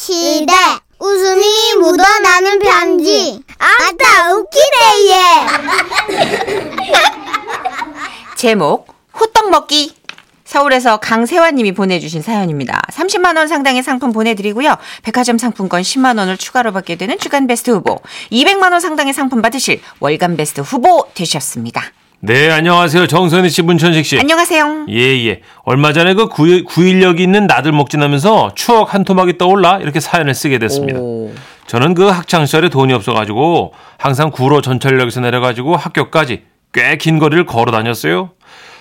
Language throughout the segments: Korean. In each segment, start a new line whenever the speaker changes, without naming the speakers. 시대 웃음이 묻어나는 편지 아따 웃기네 얘
제목 호떡 먹기 서울에서 강세화님이 보내주신 사연입니다. 30만 원 상당의 상품 보내드리고요. 백화점 상품권 10만 원을 추가로 받게 되는 주간 베스트 후보, 200만 원 상당의 상품 받으실 월간 베스트 후보 되셨습니다.
네, 안녕하세요. 정선희 씨, 문천식 씨.
안녕하세요.
예, 예. 얼마 전에 그 구일, 구일력이 있는 나들 목진하면서 추억 한 토막이 떠올라 이렇게 사연을 쓰게 됐습니다.
오.
저는 그 학창시절에 돈이 없어가지고 항상 구로 전철역에서 내려가지고 학교까지 꽤 긴 거리를 걸어 다녔어요.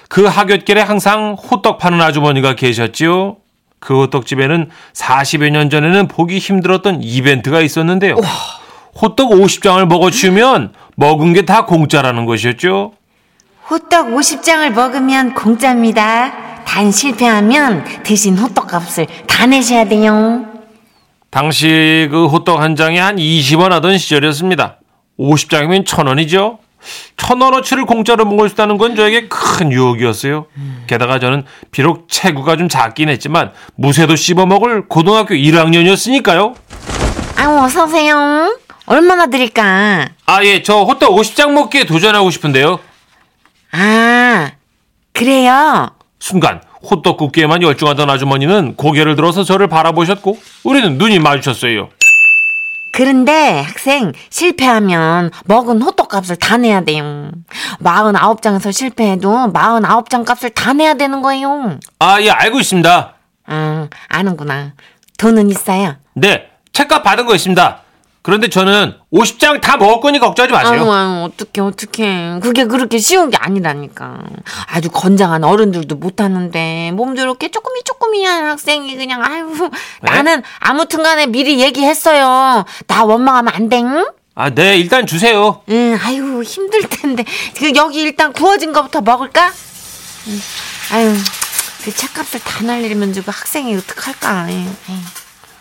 그 학교길에 항상 호떡 파는 아주머니가 계셨지요. 그 호떡집에는 40여 년 전에는 보기 힘들었던 이벤트가 있었는데요. 호떡 50장을 먹어치우면 먹은 게 다 공짜라는 것이었죠.
호떡 50장을 먹으면 공짜입니다. 단 실패하면 대신 호떡 값을 다 내셔야 돼요.
당시 그 호떡 한 장에 한 20원 하던 시절이었습니다. 50장이면 1000원이죠. 1000원어치를 공짜로 먹을 수 있다는 건 저에게 큰 유혹이었어요. 게다가 저는 비록 체구가 좀 작긴 했지만 무쇠도 씹어 먹을 고등학교 1학년이었으니까요.
아우, 어서오세요. 얼마나 드릴까?
아, 예. 저 호떡 50장 먹기에 도전하고 싶은데요.
아, 그래요?
순간 호떡 굽기에만 열중하던 아주머니는 고개를 들어서 저를 바라보셨고 우리는 눈이 마주쳤어요.
그런데 학생 실패하면 먹은 호떡 값을 다 내야 돼요. 49장에서 실패해도 49장 값을 다 내야 되는 거예요.
아, 예. 알고 있습니다.
아, 아는구나. 돈은 있어요.
네, 책값 받은 거 있습니다. 그런데 저는 50장 다 먹을 거니 걱정하지 마세요.
아유, 뭐. 아유, 어떡해, 어떡해. 그게 그렇게 쉬운 게 아니라니까. 아주 건장한 어른들도 못하는데, 몸도 이렇게 조금이 조금이한 학생이 그냥, 아유, 나는 아무튼 간에 미리 얘기했어요. 나 원망하면 안 돼.
아, 네, 일단 주세요.
응, 아유, 힘들 텐데. 그 여기 일단 구워진 거부터 먹을까? 음, 아유, 그 책값을 다 날리면 저거 학생이 어떡할까. 에이, 에이.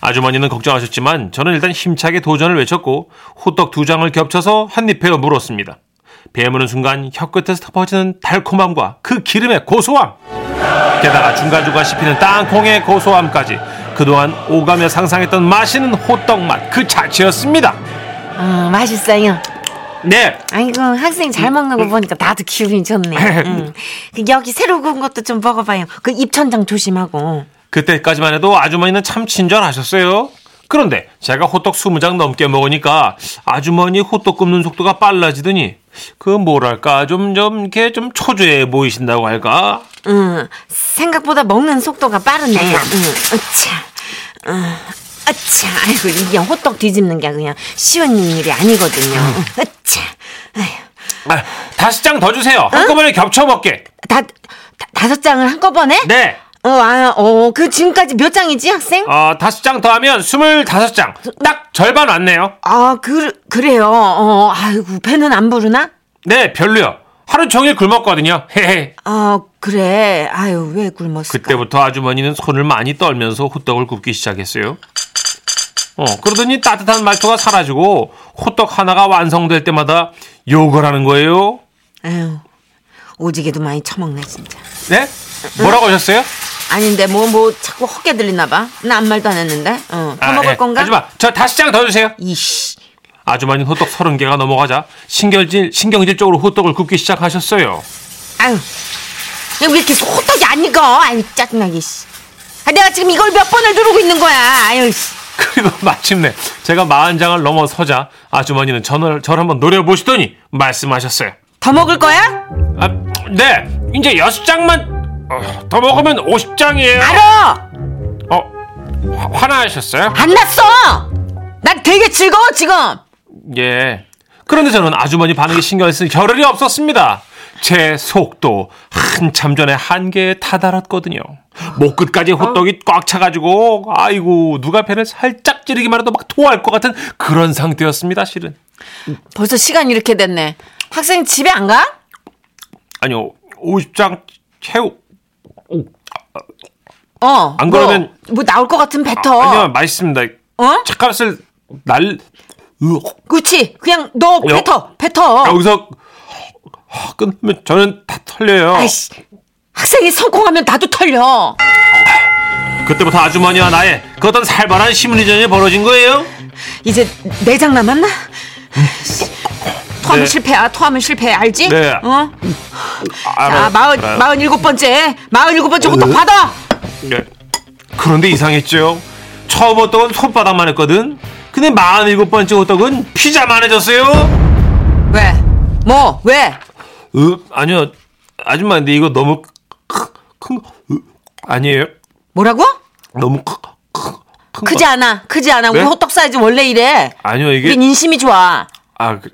아주머니는 걱정하셨지만 저는 일단 힘차게 도전을 외쳤고 호떡 두 장을 겹쳐서 한입 베어 물었습니다. 베무는 순간 혀끝에서 퍼지는 달콤함과 그 기름의 고소함 게다가 중간중간 씹히는 땅콩의 고소함까지 그동안 오가며 상상했던 맛있는 호떡 맛 그 자체였습니다.
어, 맛있어요.
네,
아이고, 학생이 잘 먹는 거 보니까 나도 기분이 좋네. 응. 그 여기 새로 구운 것도 좀 먹어봐요. 그 입천장 조심하고.
그때까지만 해도 아주머니는 참 친절하셨어요. 그런데 제가 호떡 20장 넘게 먹으니까 아주머니 호떡 굽는 속도가 빨라지더니 그 뭐랄까 좀 좀 이렇게 좀 초조해 보이신다고 할까?
응, 생각보다 먹는 속도가 빠르네. 응, 어차. 응, 어차. 아이고, 이게 호떡 뒤집는 게 그냥 쉬운 일이 아니거든요. 어차. 아휴.
아, 다섯 장 더 주세요. 한꺼번에 겹쳐 먹게.
다, 다- 다섯 장을 한꺼번에?
네.
어, 아, 어, 그 지금까지 몇 장이지, 학생?
어, 다섯 장 더 하면 25장. 딱 절반 왔네요.
아, 그, 그래요. 어, 아이고, 배는 안 부르나?
네, 별로요. 하루 종일 굶었거든요. 헤헤.
어, 그래. 아유, 왜뭐 굶었을까?
그때부터 아주머니는 손을 많이 떨면서 호떡을 굽기 시작했어요. 어, 그러더니 따뜻한 말투가 사라지고 호떡 하나가 완성될 때마다 욕을 하는 거예요.
아유, 오지게도 많이 처먹네, 진짜.
네? 뭐라고 하셨어요?
아닌데, 뭐, 뭐, 자꾸 헛게 들리나봐. 나 아무 말도 안 했는데. 어,
아,
처먹을
예.
건가?
하지 마. 저 다시 장 더 주세요.
이씨.
아주머니는 호떡 30개가 넘어가자 신경질 신경질 쪽으로 호떡을 굽기 시작하셨어요.
아유, 야, 왜 이렇게 호떡이 안 익어? 아유, 짜증나게, 씨. 아, 내가 지금 이걸 몇 번을 누르고 있는 거야. 아유, 씨.
그리고 마침내 제가 40장을 넘어서자 아주머니는 저를, 저를 한번 노려보시더니 말씀하셨어요.
더 먹을 거야?
아, 네. 이제 6장만 어, 더 먹으면 50장이에요.
알아!
어, 화- 화나셨어요?
안 났어! 난 되게 즐거워, 지금!
예. 그런데 저는 아주머니 반응에 신경을 쓸 겨를이 없었습니다. 제 속도 한참 전에 한계에 다다랐거든요. 목 끝까지 호떡이 꽉 차가지고 아이고 누가 배를 살짝 찌르기만 해도 막 토할 것 같은 그런 상태였습니다. 실은
벌써 시간이 이렇게 됐네. 학생 집에 안 가?
아니요 50장 채우
어.
안
뭐,
그러면-
뭐 나올 것 같은 뱉어.
아니요 맛있습니다.
어?
책값을 날 으,
그렇지. 그냥 너
여-
뱉어. 뱉어.
여기서 끝면 저는 다 털려요.
아이씨. 학생이 성공하면 나도 털려.
그때부터 아주머니와 나의 그 어떤 살벌한 심리전이 벌어진 거예요.
이제 내장 남았나? 토하면
네.
실패야, 토하면 실패, 알지?
네.
어?
알아요. 네.
자, 마흔,
알아요. 네.
마흔 일곱 번째, 마흔 일곱 번째 호떡 받아!
예. 그런데 이상했죠. 처음 호떡은 손바닥만 했거든. 근데 47번째 호떡은 피자만 해졌어요.
왜? 뭐? 왜?
으, 아니요. 아줌마, 근데 이거 너무 크- 큰, 거- 으, 아니에요.
뭐라고?
너무 크, 크, 큰
크지
거.
않아, 크지 않아. 우리
네?
호떡 사이즈 원래 이래.
아니요, 이게.
우린 인심이 좋아.
아, 그-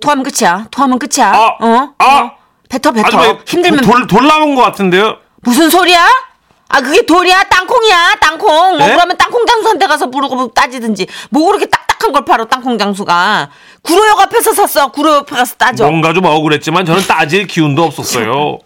토하면 끝이야. 토하면 끝이야.
아,
어?
아.
어? 뱉어, 뱉어.
아줌마, 이거
힘들면
돌, 돌 나온 것 같은데요?
무슨 소리야? 아 그게 돌이야 땅콩이야 땅콩
네?
억울하면 땅콩 장수한테 가서 부르고 뭐 따지든지 뭐 그렇게 딱딱한 걸 팔어 땅콩 장수가 구로역 앞에서 샀어 구로역 앞에 가서 따져
뭔가 좀 억울했지만 저는 따질 기운도 없었어요.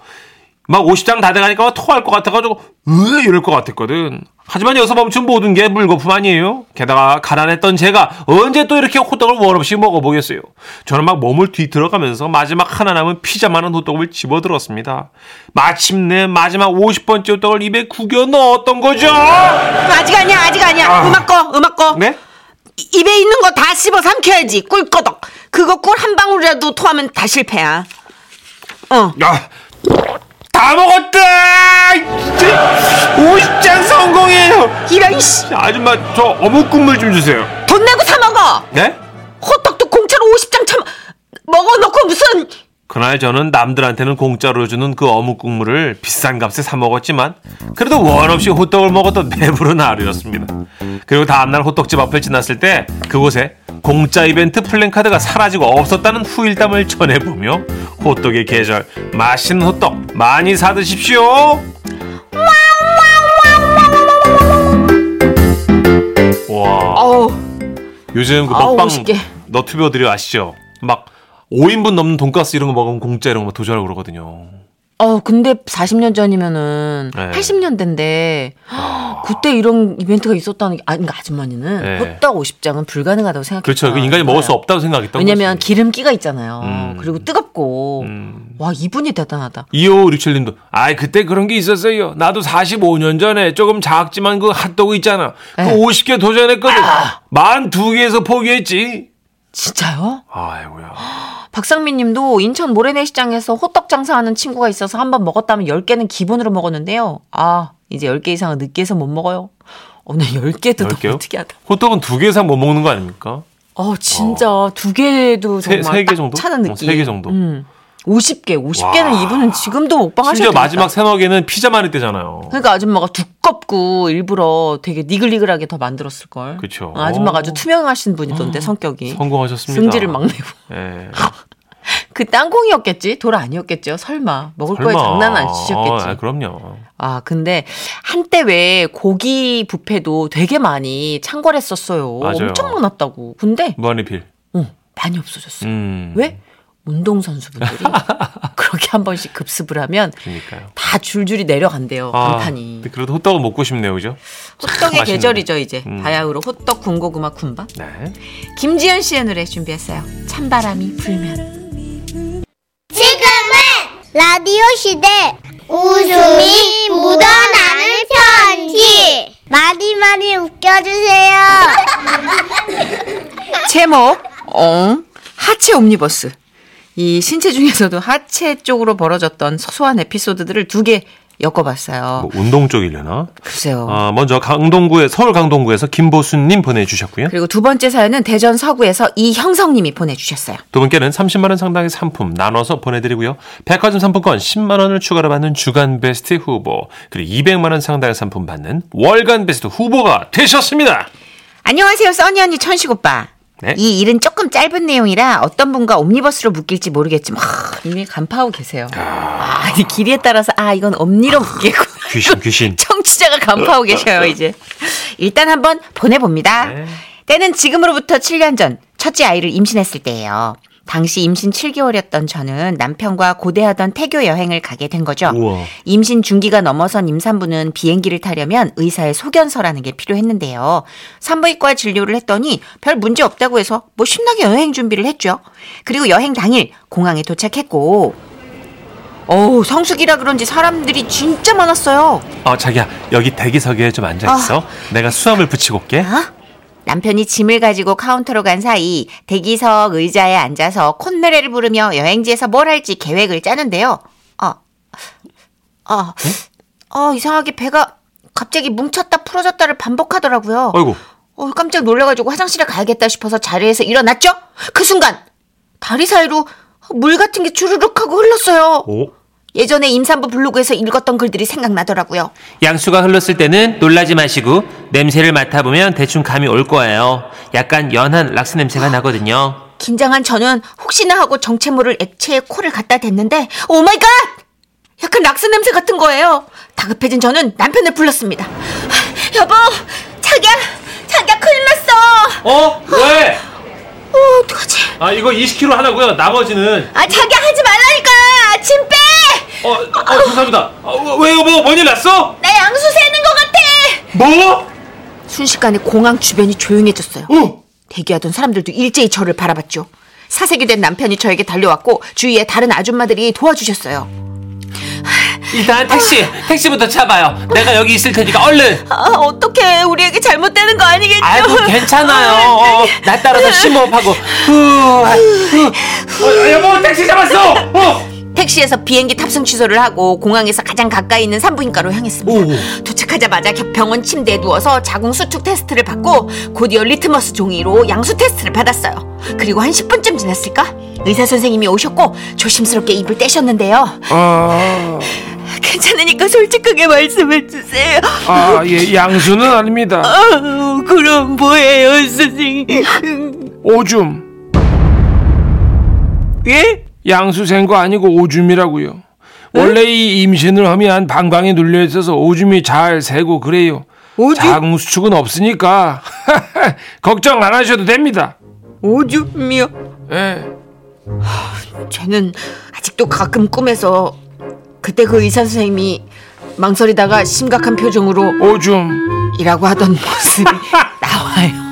막 50장 다 돼가니까 토할 것 같아가지고 으 이럴 것 같았거든. 하지만 여기서 멈춘 모든 게 물거품 아니에요. 게다가 가난했던 제가 언제 또 이렇게 호떡을 원없이 먹어보겠어요. 저는 막 몸을 뒤들어가면서 마지막 하나 남은 피자만한 호떡을 집어들었습니다. 마침내 마지막 50번째 호떡을 입에 구겨 넣었던 거죠.
아직 아니야 아직 아니야
아.
음악 꺼 음악 꺼
네?
이- 입에 있는 거 다 씹어 삼켜야지 꿀꺼덕 그거 꿀 한 방울이라도 토하면 다 실패야 어
야, 다 먹었다. 50장 성공이에요.
이런 씨돈
아줌마 저 어묵 국물 좀 주세요.
내고 사 먹어
네?
호떡도 공짜로 50장 참 먹어놓고 무슨
그날 저는 남들한테는 공짜로 주는 그 어묵 국물을 비싼 값에 사 먹었지만 그래도 원 없이 호떡을 먹었던 배부른 하루였습니다. 그리고 다음날 호떡집 앞을 지났을 때 그곳에 공짜 이벤트 플랜카드가 사라지고 없었다는 후일담을 전해보며 호떡의 계절 맛있는 호떡 많이 사 드십시오. 와.
어우
요즘 그
아우,
먹방
맛있게.
너튜버들이 아시죠? 막 5인분 넘는 돈가스 이런 거 먹으면 공짜 이런 거 도전하고 그러거든요.
어, 근데 40년 전이면은
네.
80년대인데 그때 이런 이벤트가 있었다는 게 아, 그러니까 아줌마니는
네.
호떡 50장은 불가능하다고 생각했어요.
그렇죠. 그 인간이 먹을 수 없다고 생각했던
아, 왜냐면
거지.
기름기가 있잖아요.
음.
그리고 뜨겁고.
음.
와, 이분이 대단하다.
2567님도 아이 그때 그런 게 있었어요. 나도 45년 전에 조금 작지만 그 핫도그 있잖아. 그
네. 아!
50개 도전했거든. 만 두개에서 포기했지.
진짜요?
아이고야.
박상민 님도 인천 모래내시장에서 호떡 장사하는 친구가 있어서 한 번 먹었다면 10개는 기본으로 먹었는데요. 아, 이제 10개 이상은 늦게서 못 먹어요. 오늘 10개도
열게요.
너무 특이하다.
호떡은 두 개 이상 못 먹는 거 아닙니까?
어, 진짜 두 개도
세-
정말
세개
딱
정도?
차는
어,
느낌.
세개 정도.
음. 50개, 50개는
와.
이분은 지금도 먹방 하셔야
심지어
되겠다.
마지막 세먹에는 피자만 했대잖아요.
그러니까 아줌마가 두껍고 일부러 되게 니글니글하게 더 만들었을 걸.
그쵸.
아줌마가 아주
오.
투명하신 분이던데 성격이.
성공하셨습니다.
승질을 막 내고.
예.
그 땅콩이었겠지? 돌 아니었겠죠? 설마 먹을 거에
설마.
장난 안 치셨겠지?
아, 그럼요.
아, 근데 한때 왜 고기 뷔페도 되게 많이 창궐했었어요.
맞아요.
엄청 많았다고. 근데
무한리필.
어, 많이 없어졌어요.
음.
왜? 운동선수분들이 그렇게 한 번씩 급습을 하면
그러니까요.
다 줄줄이 내려간대요.
아,
간판이.
근데 그래도 호떡은 먹고 싶네요, 그죠?
호떡의
맛있네.
계절이죠, 이제.
음.
바야흐로 호떡, 군고구마, 군밥.
네.
김지현 씨의 노래 준비했어요. 찬바람이 불면.
지금은 라디오 시대 웃음이 묻어나는 편지 많이 많이 웃겨주세요
제목, 엉, 하체 옴니버스. 이 신체 중에서도 하체 쪽으로 벌어졌던 소소한 에피소드들을 두 개 엮어봤어요. 어.
뭐 운동 쪽이려나?
글쎄요.
아, 먼저 강동구에 서울 강동구에서 김보수님 보내주셨고요.
그리고 두 번째 사연은 대전 서구에서 이형성님이 보내주셨어요.
두 분께는 30만 원 상당의 상품 나눠서 보내드리고요. 백화점 상품권 10만 원을 추가로 받는 주간 베스트 후보 그리고 200만 원 상당의 상품 받는 월간 베스트 후보가 되셨습니다.
안녕하세요, 써니 언니 천식 오빠.
네.
이 일은 조금 짧은 내용이라 어떤 분과 옴니버스로 묶일지 모르겠지만 하, 이미 간파하고 계세요. 아, 이 길이에 따라서 아 이건 옴니로 묶이고
귀신 귀신.
청취자가 간파하고 계셔요 이제. 일단 한번 보내봅니다.
네.
때는 지금으로부터 7년 전 첫째 아이를 임신했을 때예요. 당시 임신 7개월이었던 저는 남편과 고대하던 태교 여행을 가게 된 거죠.
우와.
임신 중기가 넘어선 임산부는 비행기를 타려면 의사의 소견서라는 게 필요했는데요. 산부인과 진료를 했더니 별 문제 없다고 해서 뭐 신나게 여행 준비를 했죠. 그리고 여행 당일 공항에 도착했고 어우, 성수기라 그런지 사람들이 진짜 많았어요.
어, 자기야, 여기 대기석에 좀 앉아있어. 내가 수염을 붙이고 올게.
아? 남편이 짐을 가지고 카운터로 간 사이 대기석 의자에 앉아서 콧노래를 부르며 여행지에서 뭘 할지 계획을 짜는데요. 아, 아,
네?
아 이상하게 배가 갑자기 뭉쳤다 풀어졌다를 반복하더라고요.
어이구.
어, 깜짝 놀래가지고 화장실에 가야겠다 싶어서 자리에서 일어났죠. 그 순간 다리 사이로 물 같은 게 주르륵 하고 흘렀어요.
오.
예전에 임산부 블로그에서 읽었던 글들이 생각나더라고요.
양수가 흘렀을 때는 놀라지 마시고 냄새를 맡아보면 대충 감이 올 거예요. 약간 연한 락스 냄새가 나거든요.
긴장한 저는 혹시나 하고 정체모를 액체에 코를 갖다 댔는데 오 마이 갓! 약간 락스 냄새 같은 거예요. 다급해진 저는 남편을 불렀습니다. 하, 여보, 자기야, 자기야 큰일 났어.
어? 왜?
어, 어떡하지?
아, 이거 20kg 하나고요. 나머지는
아, 자기야 하지 말라니까. 침 빼.
어, 어 감사합니다. 어, 왜 여보? 뭔일 났어?
나 양수 새는 것 같아.
뭐?
순식간에 공항 주변이 조용해졌어요.
어?
대기하던 사람들도 일제히 저를 바라봤죠. 사색이 된 남편이 저에게 달려왔고 주위에 다른 아줌마들이 도와주셨어요.
일단 택시, 택시부터 잡아요. 내가 여기 있을 테니까 얼른.
아, 어떡해. 우리에게 잘못되는 거 아니겠죠?
아이고 괜찮아요. 어, 나 따라서 심호흡하고. 후, 아, 후. 어, 여보 택시 잡았어. 어.
택시에서 비행기 탑승 취소를 하고 공항에서 가장 가까이 있는 산부인과로 향했습니다.
오.
도착하자마자 겨- 병원 침대에 누워서 자궁 수축 테스트를 받고 곧이어 리트머스 종이로 양수 테스트를 받았어요. 그리고 한 10분쯤 지났을까? 의사 선생님이 오셨고 조심스럽게 입을 떼셨는데요.
아,
괜찮으니까 솔직하게 말씀해 주세요.
아, 예, 양수는 아닙니다.
어, 그럼 뭐예요, 선생님?
오줌.
예?
양수 생거 아니고 오줌이라고요. 원래 이 임신을 하면 방광에 눌려 있어서 오줌이 잘 새고 그래요.
오줌?
자궁수축은 없으니까 걱정 안 하셔도 됩니다.
오줌이요?
예.
저는 아직도 가끔 꿈에서 그때 그 의사 선생님이 망설이다가 심각한 표정으로
오줌.
이라고 하던 모습이 나와요.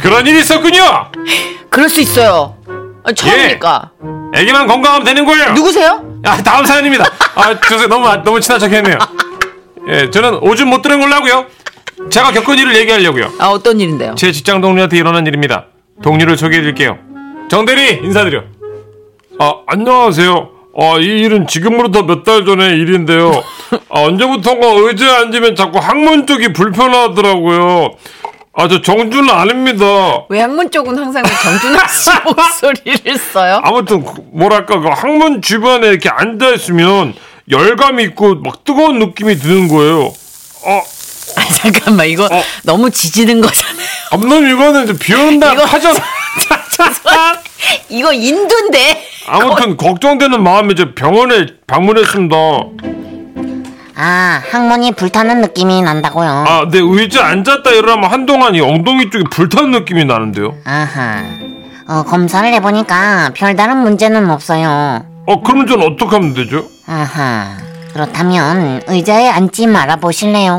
그런 일이 있었군요.
그럴 수 있어요. 아, 처음이니까.
애기만 건강하면 되는 거예요.
누구세요?
아, 다음 사연입니다. 아, 죄송해요. 너무 너무 친한 척했네요. 예, 저는 오줌 못 들은 걸로 하고요. 제가 겪은 일을 얘기하려고요.
아 어떤 일인데요?
제 직장 동료한테 일어난 일입니다. 동료를 소개해 드릴게요. 정대리 인사드려.
아, 안녕하세요. 아, 이 일은 지금으로부터 몇 달 전의 일인데요. 아, 언제부턴가 의자에 앉으면 자꾸 항문 쪽이 불편하더라고요. 아, 저 정준은 아닙니다.
외항문 쪽은 항상 정준하 씨 목소리를 써요.
아무튼 그, 뭐랄까 그 항문 주변에 이렇게 앉아 있으면 열감이 있고 막 뜨거운 느낌이 드는 거예요. 어,
아, 잠깐만 이거 너무 지지는 거잖아요.
암놈 이거는 이제 비온다
이거-
파전.
이거 인두인데. 어.
아무튼 걱정되는 마음에 이제 병원에 방문했습니다.
아, 항문이 불타는 느낌이 난다고요.
아, 내 의자 앉았다 일어나면 한동안 이 엉덩이 쪽이 불타는 느낌이 나는데요.
아하. 어, 검사를 해보니까 별다른 문제는 없어요.
어, 그러면 전 어떻게 하면 되죠?
아하. 그렇다면 의자에 앉지 말아 보실래요?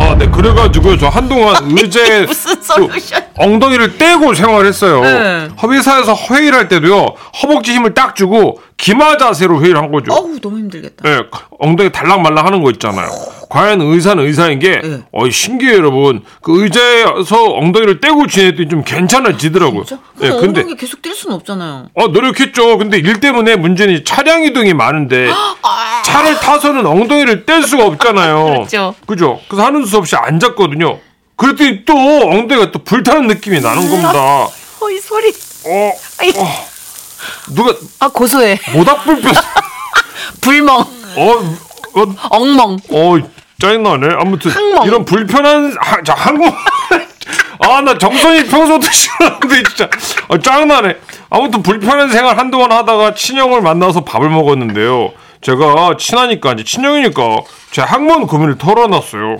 아, 네 그래가지고요. 저 한동안 의자에
무슨
그
솔루션?
엉덩이를 떼고 생활했어요.
네.
회사에서 회의를 할 때도요. 허벅지 힘을 딱 주고 기마 자세로 회의를 한 거죠.
어우 너무 힘들겠다.
예, 엉덩이 달랑말랑 하는 거 있잖아요. 과연 의사는 의사인 게,
예.
어이, 신기해요, 여러분. 그 의자에서 엉덩이를 떼고 지냈더니 좀 괜찮아지더라고요. 예,
그럼
근데,
엉덩이 계속 뛸 수는 없잖아요.
어, 노력했죠. 근데 일 때문에 문제는 차량 이동이 많은데, 차를 타서는 엉덩이를 뗄 수가 없잖아요.
아. 그렇죠.
그죠? 그래서 하는 수 없이 앉았거든요. 그랬더니 또 엉덩이가 또 불타는 느낌이 나는 겁니다.
어이 소리.
어,
아이.
어. 누가
아 고소해.
모닥불 뺐어.
불멍.
어, 어,
엉멍.
어 짜증나네 아무튼
항멍.
이런 불편한 하, 자 항멍 아나 정선이 평소도 싫었는데 진짜 아, 짜증나네 아무튼 불편한 생활 한동안 하다가 친형을 만나서 밥을 먹었는데요 제가 친하니까 이제 친형이니까 제 항문 고민을 털어놨어요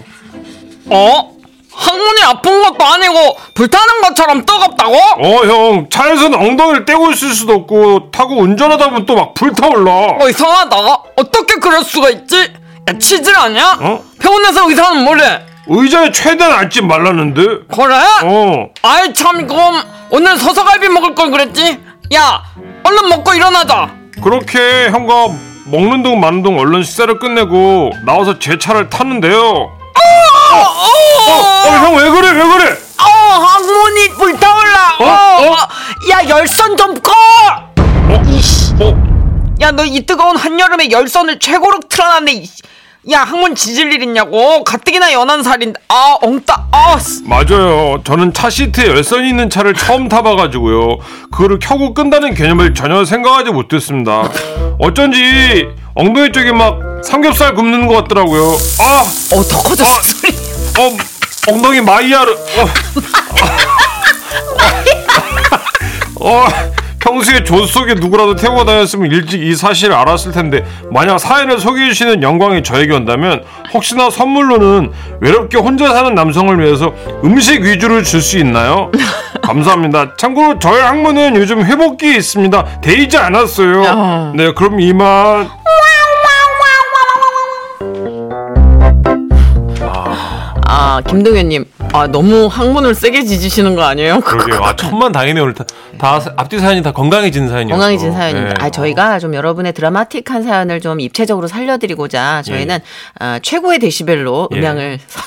어? 항문이 아픈 것도 아니고 불타는 것처럼 뜨겁다고?
어 형 차에서는 엉덩이를 떼고 있을 수도 없고 타고 운전하다 보면 또 막 불타올라
어 이상하다. 어떻게 그럴 수가 있지? 야 치질 아니야?
어?
병원에서 의사는 뭐래?
의자에 최대한 앉지 말라는데
그래?
어
아이 참 그럼 오늘 서서갈비 먹을 걸 그랬지? 야 얼른 먹고 일어나자.
그렇게 형과 먹는 둥 마는 둥 얼른 식사를 끝내고 나와서 제 차를 탔는데요. 어, 형 왜 그래? 왜 그래?
어, 항문이 불타올라. 어,
어?
어. 야, 열선 좀 꺼!
어,
야, 너 이 뜨거운 한여름에 열선을 최고로 틀어놨네. 이씨. 야, 항문 지질 일 있냐고. 가뜩이나 연한 살인데. 아, 엉따. 아, 씨.
맞아요. 저는 차 시트에 열선이 있는 차를 처음 타봐가지고요. 그거를 켜고 끈다는 개념을 전혀 생각하지 못했습니다. 어쩐지 엉덩이 쪽에 막 삼겹살 굽는 것 같더라고요. 아,
어, 더 커졌어.
아.
소리.
어, 엉덩이 마이야르. 어. 어, 평소에 조수 속에 누구라도 태우고 다녔으면 일찍 이 사실을 알았을 텐데 만약 사연을 소개해 주시는 영광이 저에게 온다면 혹시나 선물로는 외롭게 혼자 사는 남성을 위해서 음식 위주로 줄 수 있나요? 감사합니다. 참고로 저의 항문은 요즘 회복기에 있습니다. 데이지 않았어요. 네, 그럼 이만
아, 김동현님. 아, 너무 항문을 세게 지지시는 거 아니에요?
그러게요. 아, 천만 다행이네 오늘 다, 다 사- 앞뒤 사연이 다 건강해진 사연이었어요.
건강해진
네.
사연입니다.
예.
아, 저희가 좀 여러분의 드라마틱한 사연을 좀 입체적으로 살려드리고자 저희는 어, 최고의 데시벨로
예.
음향을 선-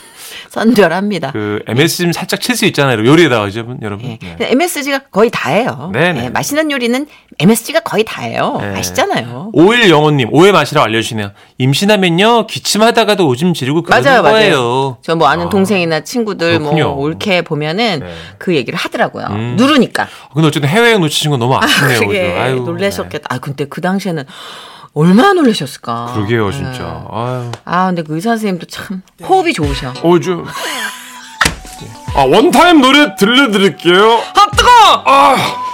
선별합니다.
그 MSM 살짝 칠 수 있잖아요. 요리에다가 이제 여러분.
예.
예.
MSG가 거의 다예요.
네네.
예, 맛있는 요리는 MSG가 거의 다예요.
네.
아시잖아요.
오일 영호님 오해 마시라고 알려주시네요. 임신하면요 기침하다가도 오줌 지르고 그러는
맞아요, 맞아요.
거예요.
저 뭐 아는 동생이나 친구들
그렇군요. 네.
뭐 옳게 보면은 그 얘기를 하더라고요.
음.
누르니까.
근데 어쨌든 해외여행 놓치신 건 너무 아쉽네요.
그게
그죠? 아유,
놀라셨겠다. 아 근데 그 당시에는 얼마나 놀라셨을까.
네. 그러게요
예.
진짜. 아유.
아 근데 그 의사 선생님도 참 호흡이 좋으셔.
어, 저... 아, 원타임 노래 들려드릴게요.
아, 뜨거워!
아,